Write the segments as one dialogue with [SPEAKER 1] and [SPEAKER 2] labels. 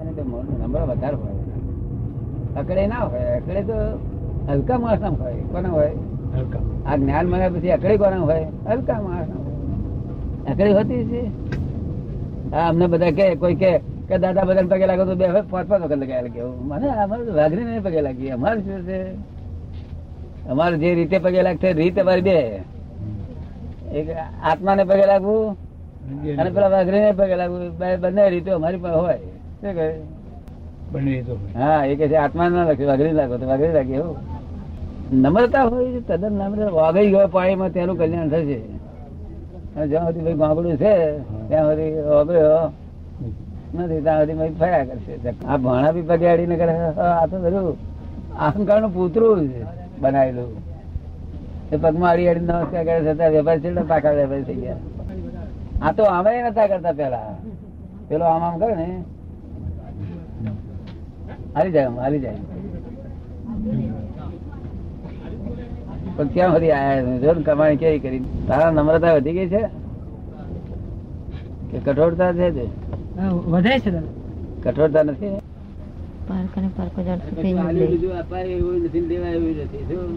[SPEAKER 1] અને તે મોર- નંબર વધારે હોય અકડે ના હોય અકડે તો હલકા માણસ ના હોય કોના હોય
[SPEAKER 2] હલકા
[SPEAKER 1] આ જ્ઞાન મળ્યા પછી અકડી કોના હોય હલકા માણસ અકડી હોતી છે હા અમને બધા કે કોઈ કે કે દાદા બધા પગે લાગો તો બે હવે પાંચ પાંચ વખત લગાયા લાગે મને અમારે તો વાઘરી નહીં પગે લાગી અમારે શું છે અમારે જે રીતે પગે લાગશે રીત અમારી બે એક આત્માને પગે લાગવું અને પેલા વાઘરી ને પગે લાગવું બે- બંને રીતો અમારી પાસે હોય શું કહે
[SPEAKER 2] બંને એ તો હોય.
[SPEAKER 1] હા એ કે છે આત્મા ના લખે વાઘરી લાગો તો વાઘરી લાગે એવું નમ્રતા હોય છે, તદ્દન નમ્ર વાગઈ ગયો પાણીમાં તેનું કલ્યાણ થશે અને જ્યાં સુધી ભાઈ ગામડું છે ત્યાં સુધી વાગયો નથી ત્યાં સુધી ભાઈ ફર્યા કરશે આ ભાણા બી પગે અડીને કરે "હ, હ, આ તો બધું અહંકાર નું પૂતરું જ બનાવેલું એ પગમાં અડી અડી નમસ્કાર કરે છે ત્યાં વેપારી છેલ્લે પાકા વેપારી થઈ ગયા આ તો આમે નતા કરતા પેલા પેલો આમ આમ કરે ને હારી જાય આમ, હારી જાય પણ ક્યાં સુધી આયા જો ને કમાણી કેવી કરી તારા નમ્રતા વધી ગઈ છે કે કઠોરતા છે તે?
[SPEAKER 3] વધે છે દાદા
[SPEAKER 1] કઠોરતા નથી
[SPEAKER 4] પાર્ક અને પાર્ક જ અડધું થઈ
[SPEAKER 1] આલ્યું
[SPEAKER 4] ગયું
[SPEAKER 1] બીજું અપાય એવું નથી ને દેવાય એવું નથી શું?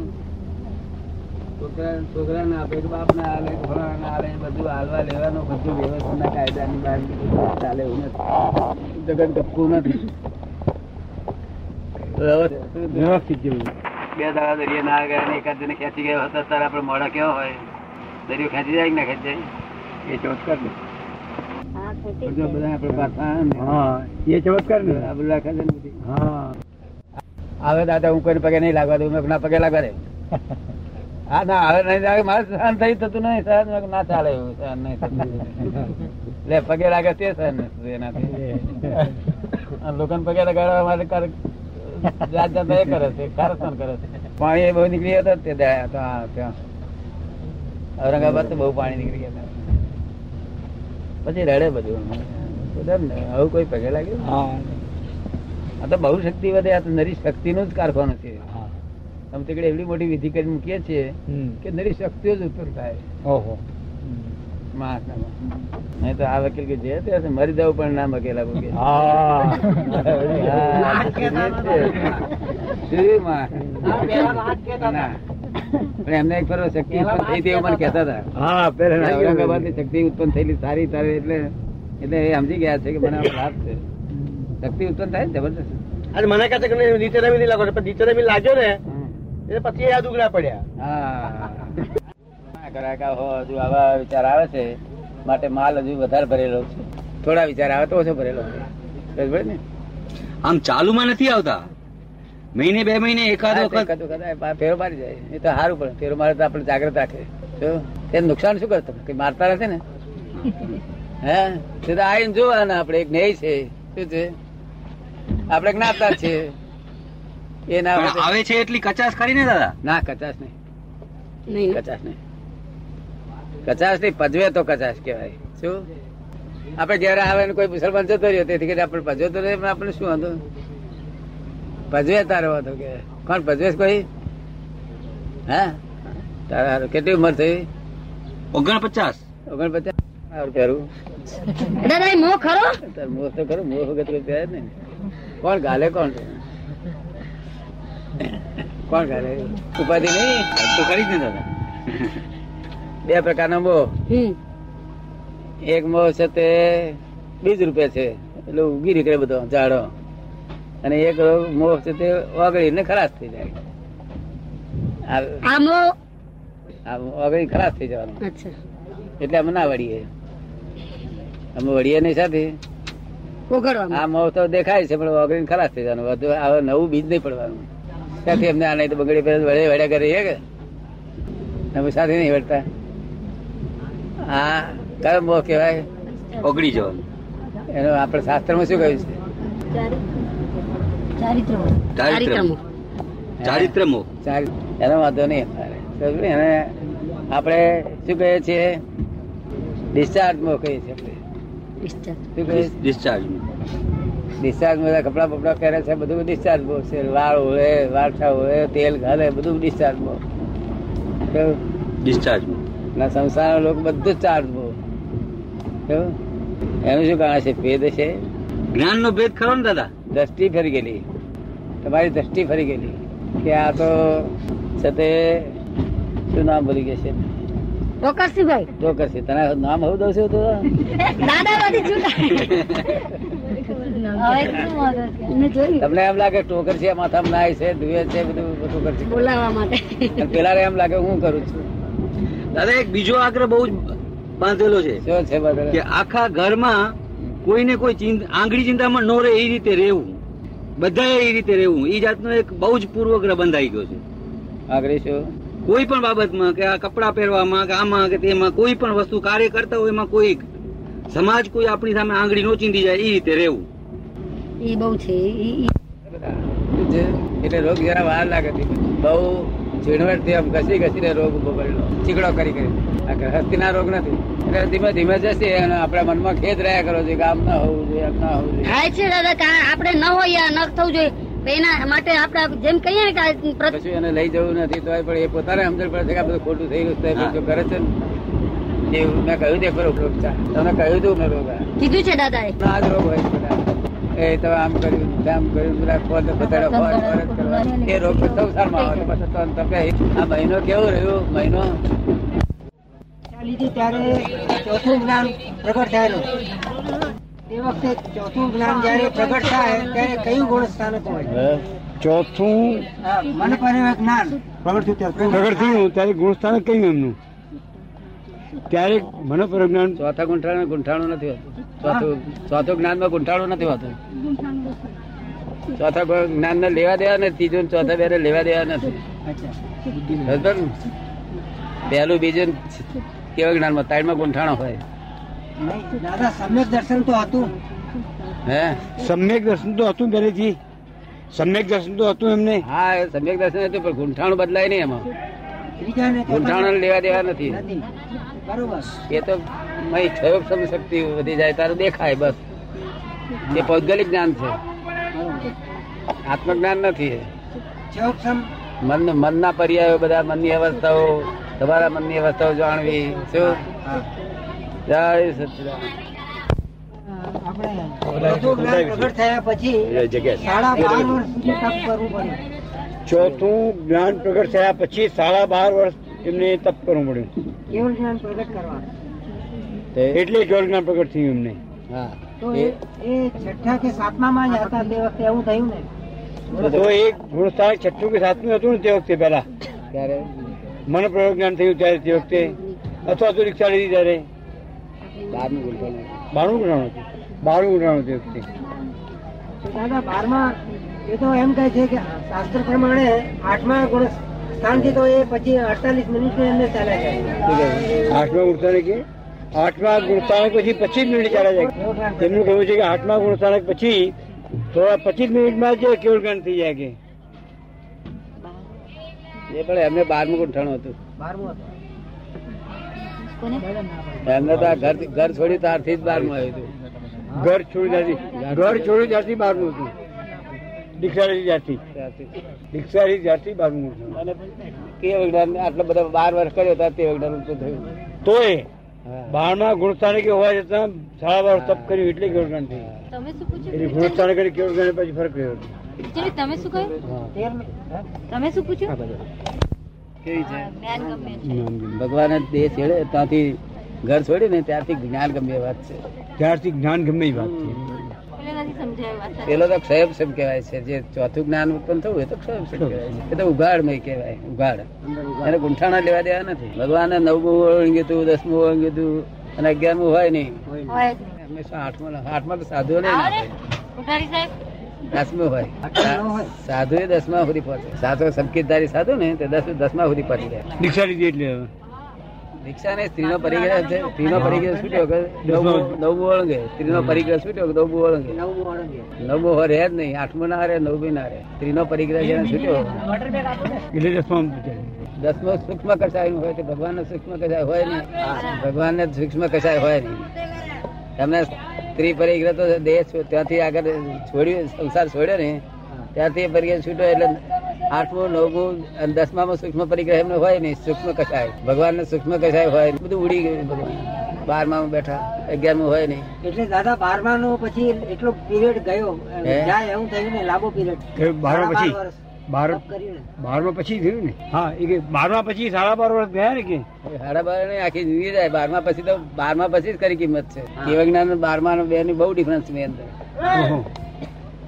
[SPEAKER 1] છોકરા છોકરા ના આપે કે બાપ ના આલે ભણા ના આલે બધું હાલવા લેવાનું બધું વ્યવસ્થાના કાયદાની બહાર બધું ચાલે એવું નથી જગત ગપકું નથી
[SPEAKER 2] વ્યવસ્થિત જેવું
[SPEAKER 1] બે દાડા દરિયા ના ગયા ને એકાદ જણે ખેંચી ગયો હતો તારા આપણે મોડા કેવો હોય દરિયો ખેંચી જાય કે ના ખેંચી જાય એ ચમત્કાર ને બધા બધા આપણે પાછા આવે ને.
[SPEAKER 2] હા એ ચમત્કાર ને
[SPEAKER 1] આ બધું રાખે છે ને બધી.
[SPEAKER 2] હા
[SPEAKER 1] આવે દાદા હું કોઈ પગે નહીં લાગવા દઉં મેં કીધું, ના પગે લાગવા દે હા ના આવે નહીં લાગે મારે સહન થઈ થતું નહીં સહન મેં કીધું, ના ચાલે એવું સહન નહીં થતું લે પગે લાગે તે સહન નથી થતું એનાથી અને લોકોને પગે લગાડવા માટે કારક જાત જાત એ કરે છે કારસ્તાન કરે છે પાણી એ બહુ નીકળી હતા તે દાડે તો આ ત્યાં ઔરંગાબાદ તો બહુ પાણી નીકળી ગયા હતા પછી રડે બધું બધા ને આવું કોઈ પગે લાગ્યું
[SPEAKER 2] હા
[SPEAKER 1] આ તો બહુ શક્તિ વધે આ તો નરી શક્તિનું જ કારખાનું છે
[SPEAKER 2] હા
[SPEAKER 1] અમે તે કડે એવડી મોટી વિધિ કરી મૂકીએ છીએ
[SPEAKER 2] હમ.
[SPEAKER 1] કે નરી શક્તિઓ જ ઉત્પન્ન થાય
[SPEAKER 2] ઓહો
[SPEAKER 1] મહાત્મામાં નહીં તો આ વકીલ કે જે તે હશે, મરી જવું પણ ના મકેલા કે
[SPEAKER 2] હા
[SPEAKER 1] હા, શરીર માં. ના. પણ એમને એક ફરવા શક્તિ ઉત્પન્ન થઈ હતી એવું મને કહેતા હતા
[SPEAKER 2] હા
[SPEAKER 1] કે
[SPEAKER 2] પહેલા
[SPEAKER 1] ઔરંગાબાદની શક્તિ ઉત્પન્ન થયેલી સારી તારે એટલે એટલે એ સમજી ગયા છે કે મને આનો લાભ છે શક્તિ ઉત્પન્ન થાય ને જબરદસ્ત
[SPEAKER 5] અને મને કહે છે કે નહીં, નીચે રમી નહીં લાગો પણ નીચે રમી લાગ્યો ને
[SPEAKER 1] હમ.
[SPEAKER 5] એટલે પછી એ આ દુગડા પડ્યા
[SPEAKER 1] હા. કડાકા હો, હજુ આવા વિચાર આવે છે માટે માલ હજુ વધારે ભરેલો છે થોડા વિચાર આવે તો ઓછો ભરેલો છે બરાબર ને?
[SPEAKER 6] આમ ચાલુમાં નથી આવતા મહિને બે મહિને એકાદ
[SPEAKER 1] હા,
[SPEAKER 6] વખત
[SPEAKER 1] એકાદ વખત આવે, બા- ફેરો મારી જાય એ તો સારું પણ ફેરો મારે તો આપણે જાગ્રત રાખે તો તે નુકસાન શું કરતો કે મારતા નથી ને હે તે તો આવીને જોવાના આપણે એક ન્યાય છે શું છે આપણે જ્ઞાતા જ છીએ એ ના
[SPEAKER 6] પણ
[SPEAKER 1] હોય તો-
[SPEAKER 6] આવે છે એટલી કચાશ કરીને દાદા
[SPEAKER 1] ના કચાશ નહીં કચાશ નહીં કચાશ નહીં પજવે તો કચાશ કહેવાય શું આપણે ઘેર આવે ને કોઈ મુસલમાન જતો રહ્યો તેથી કરીને આપણે પજવે તો નહીં પણ આપણને શું વાંધો પજવે તારો વાંધો કે કોણ પજવે છે કોઈ હે તારા હારું. કેટલી ઉંમર થઈ
[SPEAKER 6] ઓગણપચાસ
[SPEAKER 1] ઓગણપચાસ હારું પહેરું
[SPEAKER 4] દાદા એ મોહ ખરો
[SPEAKER 1] તાર મોહ તો ખરો મોહ વગર કોઈ પહેરે જ નહીં ને. કોણ ગાલે કોણ કોણ ગાલે ઉપાધિ નહીં
[SPEAKER 6] તો કરી જ ને દાદા
[SPEAKER 1] બે પ્રકારનો મોહ
[SPEAKER 4] હમ
[SPEAKER 1] એક મોહ છે તે બીજ રૂપે છે એટલે ઉગી નીકળે બધો ઝાડો અને એક મોહ છે તે ઓગળીને ખલાસ થઈ જાય આ-
[SPEAKER 4] આ મોહ
[SPEAKER 1] આ ઓગળી ખલાસ થઈ જવાનું
[SPEAKER 4] અચ્છા
[SPEAKER 1] એટલે અમે ના વળીએ અમે વળીએ નહીં સાથે
[SPEAKER 4] ઓગળવા
[SPEAKER 1] આ મોહ તો દેખાય છે પણ ઓગળીને ખલાસ થઈ જવાનું વધુ આ નવું બીજ નહીં પડવાનું ત્યાંથી અમને આ નહીં તો બગડી પડે વળે વળ્યા કરે એ કે અમે સાથે નહીં વળતા આ કયો મોહ કહેવાય
[SPEAKER 6] ઓગળી જવાનું
[SPEAKER 1] એનો આપણે શાસ્ત્રમાં શું કહ્યું છે
[SPEAKER 4] ચારિત્ર
[SPEAKER 6] ચારિત્ર મોહ. ચારિત્ર મોહ
[SPEAKER 1] ચાલ એનો વાંધો નહીં અમારે સમજ્યું ને? એને આપણે શું કહીએ છીએ ડિસ્ચાર્જ માં કહીએ છીએ આપણે શું કહીએ
[SPEAKER 6] ડિસ- ડિસ્ચાર્જ મોહ.
[SPEAKER 1] ડિસ્ચાર્જ બધા કપડા બપડા પહેરે છે બધું ડિસ્ચાર્જ બહુ છે વાળ હોય વાળછા હોય તેલ ઘાલે બધું ડિસ્ચાર્જ બહુ કેવું?
[SPEAKER 6] ડિસ્ચાર્જ મોહ.
[SPEAKER 1] ના સંસારના લોકો બધું જ ચાર્જ બહુ કેવું? એનું શું કારણ છે ભેદ છે
[SPEAKER 6] જ્ઞાન નો ભેદ ખરો ને દાદા
[SPEAKER 1] દ્રષ્ટિ ફરી ગયેલી તમારી દ્રષ્ટિ ફરી ગયેલી કે આ તો છે તે શું નામ બોલી ગયા છે
[SPEAKER 4] ચોકસીભાઈ
[SPEAKER 1] ચોકસી તને નામ હું દઉં છું તો
[SPEAKER 4] દાદાવાદી છૂટા હવે શું જોયું
[SPEAKER 1] તમને એમ લાગે ટોકર છે માથામાં નાય છે ધુએ છે બધું ટોકર છે
[SPEAKER 4] બોલાવવા માટે
[SPEAKER 1] પેલા એમ લાગે હું કરું છું
[SPEAKER 6] દાદા એક બીજો આગ્રહ બહુ જ બાંધેલો છે
[SPEAKER 1] શું છે બધા
[SPEAKER 6] કે આખા ઘરમાં કોઈને કોઈ ચિંત- આંગળી ચિંતામાં નો રહે એ રીતે રહેવું બધાએ એ રીતે રહેવું એ જાતનો એક બહુ જ પૂર્વગ્રહ બંધાઈ ગયો છે
[SPEAKER 1] આગળ શું
[SPEAKER 6] કોઈ પણ બાબતમાં કે આ કપડાં પહેરવામાં કે આમાં કે તેમાં કોઈ પણ વસ્તુ કાર્ય કરતા હોય એમાં કોઈ સમાજ કોઈ આપણી સામે આંગળી નો ચીંધી જાય એ રીતે રહેવું
[SPEAKER 4] એ બહુ છે ઈ- ઈ-
[SPEAKER 1] જે એટલે રોગ જરા વાર લાગે છે. બહુ ઝીણવટથી આમ ઘસી ઘસીને રોગ ઉભો કરેલો ચીકડો કરી કરી આ ગ્રહસ્થીના રોગ નથી એટલે ધીમે ધીમે જશે અને આપણા મનમાં ખેદ રહ્યા કરો છે કે આમ ના હોવું જોઈએ આમ ના હોવું જોઈએ
[SPEAKER 4] થાય છે દાદા કારણ આપણે ન હોય આ ન થવું જોઈએ તો એના માટે આપણે જેમ કહીએ ને કે આ પ્રત-
[SPEAKER 1] કશું એને લઈ જવું નથી તોય પણ એ પોતાને સમજણ પડે છે કે આ બધું ખોટું થઈ રહ્યું છે એ
[SPEAKER 6] હા.
[SPEAKER 1] બધું કરે છે ને એવું મેં કહ્યું તે ખરો રોગ છે. તમને કહ્યું તું મેં રોગ આ.
[SPEAKER 4] કીધું છે દાદાએ
[SPEAKER 1] આ જ રોગ હોય છે બધા એ તમે આમ કર્યું તેમ કર્યું બધા ફોન બધાને ફોન ફોન જ કરવા. એ રોગ તો સંસારમાં આવે છે. પછી તો તમે આ મહિનો કેવો રહ્યો મહિનો
[SPEAKER 3] લીધી ત્યારે ચોથું જ્ઞાન પ્રગટ થયેલું તે વખતે ચોથું જ્ઞાન જયારે પ્રગટ થાય ત્યારે કયું ગુણ સ્થાનક હોય
[SPEAKER 2] ચોથું
[SPEAKER 3] હા, મન પર એવા જ્ઞાન
[SPEAKER 2] પ્રગટ થયું ત્યારે ગુણસ્થાન કયું એમનું ત્યારે મને પ્રજ્ઞાન
[SPEAKER 1] ચોથા ગુંઠાણું ગુંઠાણું નથી હોતું ચોથું ચોથું જ્ઞાનમાં ગુંઠાણું નથી હોતું ચોથા ગુ- જ્ઞાનને લેવા દેવા નથી ત્રીજું ને ચોથા બેને લેવા દેવા નથી સમજો ને? પહેલું બીજું ને કેવા જ્ઞાનમાં ત્રણમાં ગુંઠાણો હોય
[SPEAKER 3] દાદા સમ્યક દર્શન તો હતું
[SPEAKER 1] હે
[SPEAKER 2] સમ્યક દર્શન તો હતું પહેલેથી સમ્યક દર્શન તો હતું એમને
[SPEAKER 1] હા એ સમ્યક દર્શન હતું પણ ગુંઠાણું બદલાય નહીં એમાં
[SPEAKER 3] ત્રીજા ને
[SPEAKER 1] ગુંઠાણું લેવા દેવા નથી
[SPEAKER 3] નથી બરોબર
[SPEAKER 1] એ તો મય ક્ષયોગ શક્તિ વધી જાય તારું દેખાય બસ એ ભૌગોલિક જ્ઞાન છે આત્મજ્ઞાન નથી એ
[SPEAKER 3] ચોકસમ
[SPEAKER 1] મન મનના પર્યાયો બધા મનની અવસ્થાઓ તમારા મનની અવસ્થાઓ જાણવી શું જય સચિદાન
[SPEAKER 3] આપણે ચોથું જ્ઞાન પ્રગટ થયા પછી સાડા બાર વર્ષ સુધી તપ કરવું પડ્યું
[SPEAKER 2] ચોથું જ્ઞાન પ્રગટ થયા પછી સાડા બાર વર્ષ એમને તપ કરવું પડ્યું
[SPEAKER 3] કેવળ જ્ઞાન પ્રગટ કરવા
[SPEAKER 1] તે-
[SPEAKER 2] એટલે કેવળ જ્ઞાન પ્રગટ થયું એમને
[SPEAKER 1] હા
[SPEAKER 3] તો એ
[SPEAKER 1] એ-
[SPEAKER 3] એ છઠ્ઠા કે સાતમા માં જ હતા તે વખતે એવું થયું ને
[SPEAKER 2] તો એક ગુણસ્થાન છઠ્ઠું કે સાતમું હતું ને તે વખતે પહેલા
[SPEAKER 1] ત્યારે
[SPEAKER 2] મને પ્રયોગ જ્ઞાન થયું ત્યારે તે વખતે અથવા તો રિક્ષા લીધી ત્યારે
[SPEAKER 1] બારનું ગુંઠાણું.
[SPEAKER 2] બારમું ગ્રહણ હતું બારમું ગ્રહણ હતું તે વખતે
[SPEAKER 3] તો દાદા બારમા એ તો એમ કહે છે કે શાસ્ત્ર પ્રમાણે આઠમા ગુણ સ્થાનથી તો એ પછી અડતાલીસ મિનિટ એમને ચાલ્યા જાય
[SPEAKER 1] શું કહ્યું?
[SPEAKER 2] આઠમા ગુણસ્થાનક એ આઠમા ગુણસ્થાનક પછી પચીસ મિનિટ ચાલ્યા જાય
[SPEAKER 3] કેવળ જ્ઞાન
[SPEAKER 2] તેમનું કહેવું છે કે આઠમા ગુણસ્થાનક પછી થોડા પચીસ મિનિટમાં જ કેવળ જ્ઞાન થઈ જાય કે
[SPEAKER 1] એ પણ એમને બારમું ગુંઠાણું હતું
[SPEAKER 3] બારમું હતું
[SPEAKER 1] એમને તો આ ઘર ઘર છોડી ત્યારથી જ બારમું આવ્યું હતું
[SPEAKER 2] ઘર છોડી ત્યારથી ઘર છોડી ત્યારથી બારમું હતું રિક્ષા લીધી ત્યારથી
[SPEAKER 1] ત્યારથી જ.
[SPEAKER 2] રિક્ષા લીધી ત્યારથી બારમું ગુણસ્થાનક.
[SPEAKER 1] અને તે વગડા આટલા બધા બાર વર્ષ કર્યો હતા તે વગડા શું થયું
[SPEAKER 2] તોય
[SPEAKER 1] હા.
[SPEAKER 2] બારમા ગુણસ્થાનકે હોવા છતાં સાડા બાર તપ કર્યું એટલે કેવળ જ્ઞાન થઈ ગયું.
[SPEAKER 4] તમે શું પૂછ્યું
[SPEAKER 2] એટલે ગુણસ્થાનક અને કેવળ જ્ઞાન પછી ફરક રહ્યો નહીં.
[SPEAKER 4] તમે શું કહ્યું
[SPEAKER 1] હા.
[SPEAKER 3] તેર મિનિટ હા?
[SPEAKER 4] તમે શું પૂછ્યું
[SPEAKER 1] કેવી છે
[SPEAKER 4] જ્ઞાન ગમે
[SPEAKER 1] ભગવાન દેહ છેડે ત્યાંથી ઘર છોડી ને ત્યારથી જ્ઞાન ગમે વાત છે
[SPEAKER 2] ત્યારથી જ્ઞાન ગમે એ વાત છે
[SPEAKER 1] પેલો તો ક્ષયપક્ષમ કહેવાય છે જે ચોથું જ્ઞાન ઉત્પન્ન થયું એ તો ક્ષયપક્ષમ કહેવાય છે એ તો ઉઘાડમય કહેવાય ઉઘાડ એને ગુંઠાણા લેવા દેવા નથી ભગવાને નવમું ઓળંગ્યું હતું દસમું ઓળંગ્યું હતું અને અગિયારમું હોય નહીં હંમેશા આઠમું આઠમાં તો સાધુઓ નહીં નાખે. દસમું હોય સાધુ એ દસમા સુધી પહોંચે સાધુ સંકેતધારી સાધુ ને તે દસ દસમા સુધી પહોંચી જાય
[SPEAKER 2] રિક્ષા લીધી એટલે હવે.
[SPEAKER 1] દીક્ષા ને સ્ત્રીનો પરિગ્રહ છે સ્ત્રીનો પરિગ્રહ છૂટ્યો કે નવમું નવમું ઓળંગે સ્ત્રીનો પરિગ્રહ છૂટ્યો કે નવમું ઓળંગે
[SPEAKER 3] નવમું ઓળંગ્યું
[SPEAKER 1] નવમો હો રહે જ નહીં આઠમો ના રહે નવમી ના રહે સ્ત્રીનો પરિગ્રહ જેને છૂટ્યો
[SPEAKER 2] એટલે દસમામાં પૂછાય.
[SPEAKER 1] દસમો સૂક્ષ્મ કસાય હોય તો ભગવાન સૂક્ષ્મ કસાય હોય નહીં ભગવાન ને સૂક્ષ્મ કસાય હોય નહીં તમને સ્ત્રી પરિગ્રહ તો દેહ છો- ત્યાંથી આગળ છોડ્યું સંસાર છોડ્યો ને ત્યાંથી એ પરિગ્રહ છૂટ્યો એટલે આઠમું નવમું અને દસમામાં સૂક્ષ્મ પરિગ્રહ એમને હોય નહીં સૂક્ષ્મ કસાય ભગવાન ને સૂક્ષ્મ કસાય હોય નહીં. બધું ઉડી ગયું બધું બારમામાં બેઠા અગિયારમું હોય નહીં
[SPEAKER 3] એટલે દાદા બારમા નો પછી એટલો પીરિયડ ગયો
[SPEAKER 1] હે?
[SPEAKER 3] જાય એવું થયું ને લાંબો પીરિયડ
[SPEAKER 2] કે બારમા પછી? બાર
[SPEAKER 3] કર્યું ને
[SPEAKER 2] બારમા પછી થયું ને હા એ કે બારમા પછી સાડા બાર વર્ષ ગયા ને કે
[SPEAKER 1] સાડા બાર નહીં આખી જિંદગી જાય બારમા પછી તો બારમા પછી જ ખરી કિંમત છે કેવળ જ્ઞાન અને બારમા અને બે ની બહુ ડિફરન્સ મેં અંદર
[SPEAKER 2] ઓહો.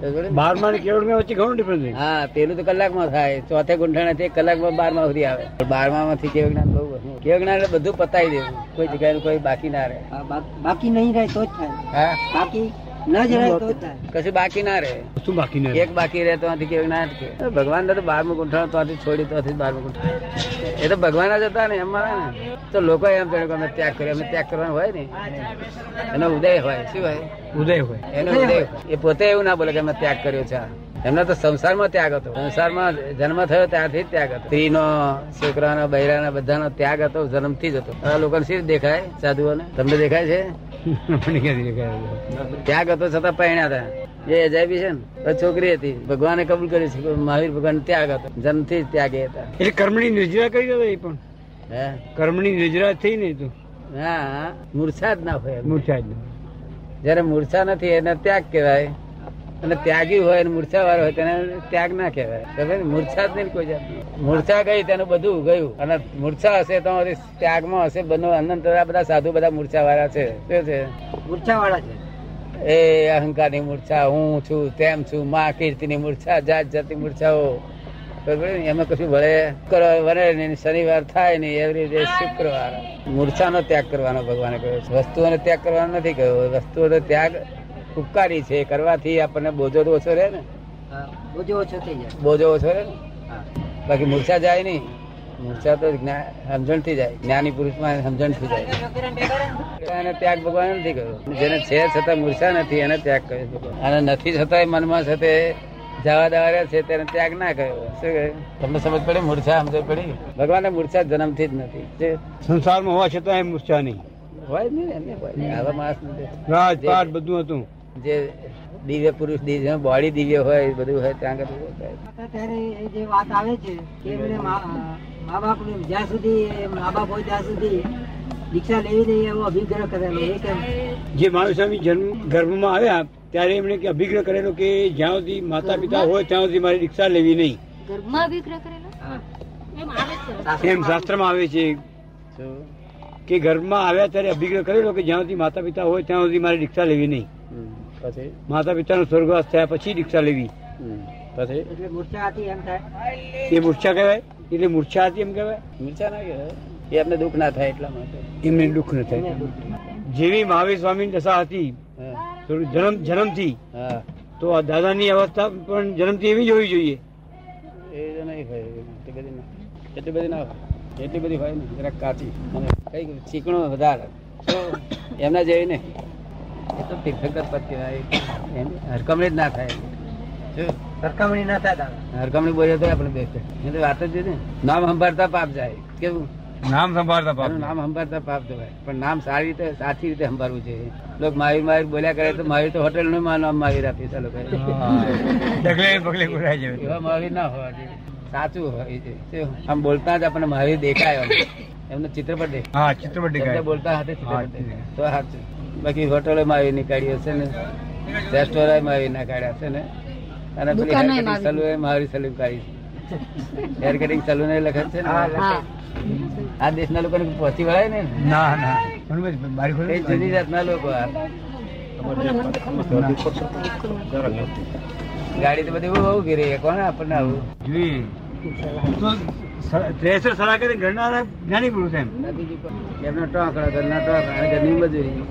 [SPEAKER 1] સમજો ને?
[SPEAKER 2] બારમા ને કેવડ વચ્ચે ઘણો ડિફરન્સ છે
[SPEAKER 1] હા પેલું તો કલાકમાં થાય ચોથે ગુંઠાણાથી એક કલાકમાં બારમા સુધી આવે બારમા માંથી કેવું જ્ઞાન બહુ ઓછું. કેવું જ્ઞાન એટલે બધું પતાવી દેવું કોઈ જગ્યાનું કોઈ બાકી ના રહે
[SPEAKER 3] હા, બા- બાકી નહીં રહે તો જ થાય
[SPEAKER 1] હા
[SPEAKER 3] બાકી ન જ રહે તો જ થાય
[SPEAKER 1] કશું બાકી ના રહે
[SPEAKER 2] શું બાકી ને
[SPEAKER 1] એક બાકી રહે તો આથી કેવું જ્ઞાન કે ભગવાન તો બારમું ગુંઠાણ તો આથી છોડી તો આથી બારમું ગુંઠાણ એ તો ભગવાન જ હતા ને એમ માને ને તો લોકો એમ જાણે કે અમે ત્યાગ કર્યો અમે ત્યાગ કરવાનો હોય ને એનો ઉદય હોય શું હોય
[SPEAKER 2] ઉદય હોય
[SPEAKER 1] એનો ઉદય એ પોતે એવું ના બોલે કે અમે ત્યાગ કર્યો છે એમનો તો સંસારમાં ત્યાગ હતો સંસારમાં જન્મ થયો ત્યારથી જ ત્યાગ હતો સ્ત્રીનો છોકરાનો બૈરાનો બધાનો ત્યાગ હતો જન્મથી જ હતો આ લોકોને શું દેખાય સાધુઓને તમને દેખાય છે
[SPEAKER 2] મને ક્યાંથી દેખાય ઉદય?
[SPEAKER 1] ત્યાગ હતો છતાં પહેણ્યા હતા એ અજાયબી છે ને તો છોકરી હતી ભગવાને કબૂલ કર્યું છે કે મહાવીર ભગવાન ત્યાગ હતો જન્મથી જ ત્યાગી હતા
[SPEAKER 2] એટલે કર્મની નિર્જરા કરી દો એ પણ
[SPEAKER 1] હે
[SPEAKER 2] કર્મની નિર્જરા થઈ ને એ તો
[SPEAKER 1] હા મૂર્છા જ ના હોય એમ.
[SPEAKER 2] મૂર્છા જ ન.
[SPEAKER 1] જયારે મૂર્છા નથી એને ત્યાગ કહેવાય અને ત્યાગી હોય અને મૂર્છા વાળો હોય તેને ત્યાગ ના કહેવાય સમજે ને? મૂર્છા જ નહીં કોઈ જાતનું. મૂર્છા ગઈ તેનું બધું ગયું અને મૂર્છા હશે તો હજી ત્યાગમાં હશે બંને અનંત આ બધા સાધુ બધા મૂર્છા વાળા છે શું છે
[SPEAKER 3] મૂર્છા વાળા છે
[SPEAKER 1] એ અહંકારની મૂર્છા હું છું તેમ છું મા કીર્તિની મૂર્છા જાત જાતની મૂર્છાઓ ખબર પડી ને? એમાં કશું વળે કરો વળે નહીં શનિવાર થાય નહીં એવરી ડે શુક્રવાર મૂર્છાનો ત્યાગ કરવાનો ભગવાને કહ્યો છે વસ્તુઓનો ત્યાગ કરવાનો નથી કહ્યો વસ્તુઓનો ત્યાગ ઉપકારી છે કરવાથી આપણને બોજો તો ઓછો રહે ને
[SPEAKER 3] હા, બોજો ઓછો થઈ જાય
[SPEAKER 1] બોજો ઓછો રહે ને
[SPEAKER 3] હા.
[SPEAKER 1] બાકી મૂર્છા જાય નહીં મૂર્છા તો જ્ઞા- સમજણથી જાય જ્ઞાની પુરુષમાં સમજણથી જાય એને ત્યાગ ભગવાન નથી કર્યો જેને છે છતાં મૂર્છા નથી એને ત્યાગ કર્યો છે ભગવાન. અને નથી છતાંય મનમાં છે તે જવા દેવા રહ્યા છે તેને ત્યાગ ના કર્યો શું કહ્યું તમને સમજ પડી મૂર્છા સમજ પડી ભગવાને મૂર્છા જન્મથી જ નથી જે
[SPEAKER 2] સંસારમાં હોવા છતાં એ મૂર્છા નહીં
[SPEAKER 1] હોય જ નહીં ને, એમને હોય નહીં. આવા માણસ નથી.
[SPEAKER 2] રાજ પાટ બધું હતું
[SPEAKER 1] જે દિવ્ય પુરુષ દિવ્ય બોડી દિવ્ય હોય એ બધું હોય ત્યાં આગળ
[SPEAKER 3] ત્યારે એ જે વાત આવે છે કે એમને મા બાપ જ્યાં સુધી મા બાપ હોય ત્યાં સુધી દીક્ષા લેવી નહીં એવો અભિગ્રહ કરેલો એ કેમ
[SPEAKER 2] જે માનવ સ્વામી જન્મ ગર્ભમાં આવ્યા ત્યારે એમણે કે અભિગ્રહ કરેલો કે જ્યાં સુધી માતા પિતા હોય ત્યાં સુધી મારી દીક્ષા લેવી નહીં
[SPEAKER 4] ગર્ભમાં અભિગ્રહ કરેલો
[SPEAKER 3] હા.
[SPEAKER 4] એમ આવે જ છે
[SPEAKER 2] એમ શાસ્ત્રમાં આવે છે
[SPEAKER 1] શું
[SPEAKER 2] કે ગર્ભમાં આવ્યા ત્યારે અભિગ્રહ કરેલો કે જ્યાં સુધી માતા પિતા હોય ત્યાં સુધી મારી દીક્ષા લેવી નહીં
[SPEAKER 1] હમ. પછી
[SPEAKER 2] માતા પિતાનો સ્વર્ગવાસ થયા પછી દીક્ષા લેવી
[SPEAKER 1] હમ. પછી
[SPEAKER 3] એટલે મૂર્છા હતી એમ થાય
[SPEAKER 2] એ મૂર્છા કહેવાય એટલે મૂર્છા હતી એમ કહેવાય
[SPEAKER 1] મૂર્છા ના કહેવાય એ એમને દુઃખ ના થાય એટલા માટે
[SPEAKER 2] એમને દુઃખ ન થાય જેવી મહાવીર સ્વામીની દશા હતી
[SPEAKER 1] હા.
[SPEAKER 2] થોડું જન્મ જન્મથી
[SPEAKER 1] હા
[SPEAKER 2] તો આ દાદાની અવસ્થા પણ જન્મથી એવી જ હોવી જોઈએ
[SPEAKER 1] એ તો નહીં હોય એટલી બધી ના એટલી બધી ના હોય એટલી બધી હોય નહીં જરાક કાચી અને કઈ ચીકણો વધારે તો એમના જેવી નહીં એ તો તીર્થંકર પદ કહેવાય એની હરકમણી જ ના થાય જો,
[SPEAKER 3] સરખામણી ના થાય દાદા.
[SPEAKER 1] હરકમણી બોલીએ તો આપણે બેસે એ તો વાત જ છે ને નામ સંભાળતા પાપ જાય કેવું
[SPEAKER 2] નામ સંભાળતા
[SPEAKER 1] એનું નામ સંભાળતા પાપ જવાય પણ નામ સારી રીતે સાચી રીતે સંભાળવું જોઈએ લોકો માવી માવી બોલ્યા કરે તો માવી તો હોટેલ નું નામ માવી રાખી ચાલો
[SPEAKER 2] ડગલે પગલે બોલાય જાય
[SPEAKER 1] એવા મહાવીર ના હોવા જોઈએ સાચું હોય છે શું? આમ બોલતા જ આપણને મહાવીર દેખાય આમ. એમનો ચિત્રપટ દેખાય
[SPEAKER 2] હા ચિત્રપટ
[SPEAKER 1] શબ્દ બોલતા હાથે
[SPEAKER 2] હા,
[SPEAKER 1] ચિત્રપટ દેખાય. તો સાચું. બાકી હોટલો મહાવીર નીકાળ્યો છે ને રેસ્ટોરન્ટ મહાવીર ના કાઢ્યા છે ને અને પેલી
[SPEAKER 4] દુકાનોએ
[SPEAKER 1] hair cutting
[SPEAKER 4] મહાવીર.
[SPEAKER 1] salon એ મહાવીર salon કાઢી છે હેર કટિંગ સલૂન લખેલ છે ને
[SPEAKER 4] હા
[SPEAKER 1] આ દેશના લોકોને પહોંચી વળાય ને
[SPEAKER 2] ના ના પણ બારી ખોલો.
[SPEAKER 1] એ જુદી જાતના લોકો આ. ગાડી તો બધી બહુ ઉભી રહી છે. કોણ આપણને આવું
[SPEAKER 2] જોઈએ તો સ- ત્રેસઠ સલાહ કરીને ગણનારા જ્ઞાની પુરુષ એમ
[SPEAKER 1] નથી જીવતો. એમનો ટોકડો ઘરના ટોકડા અને ઘરની મજૂરી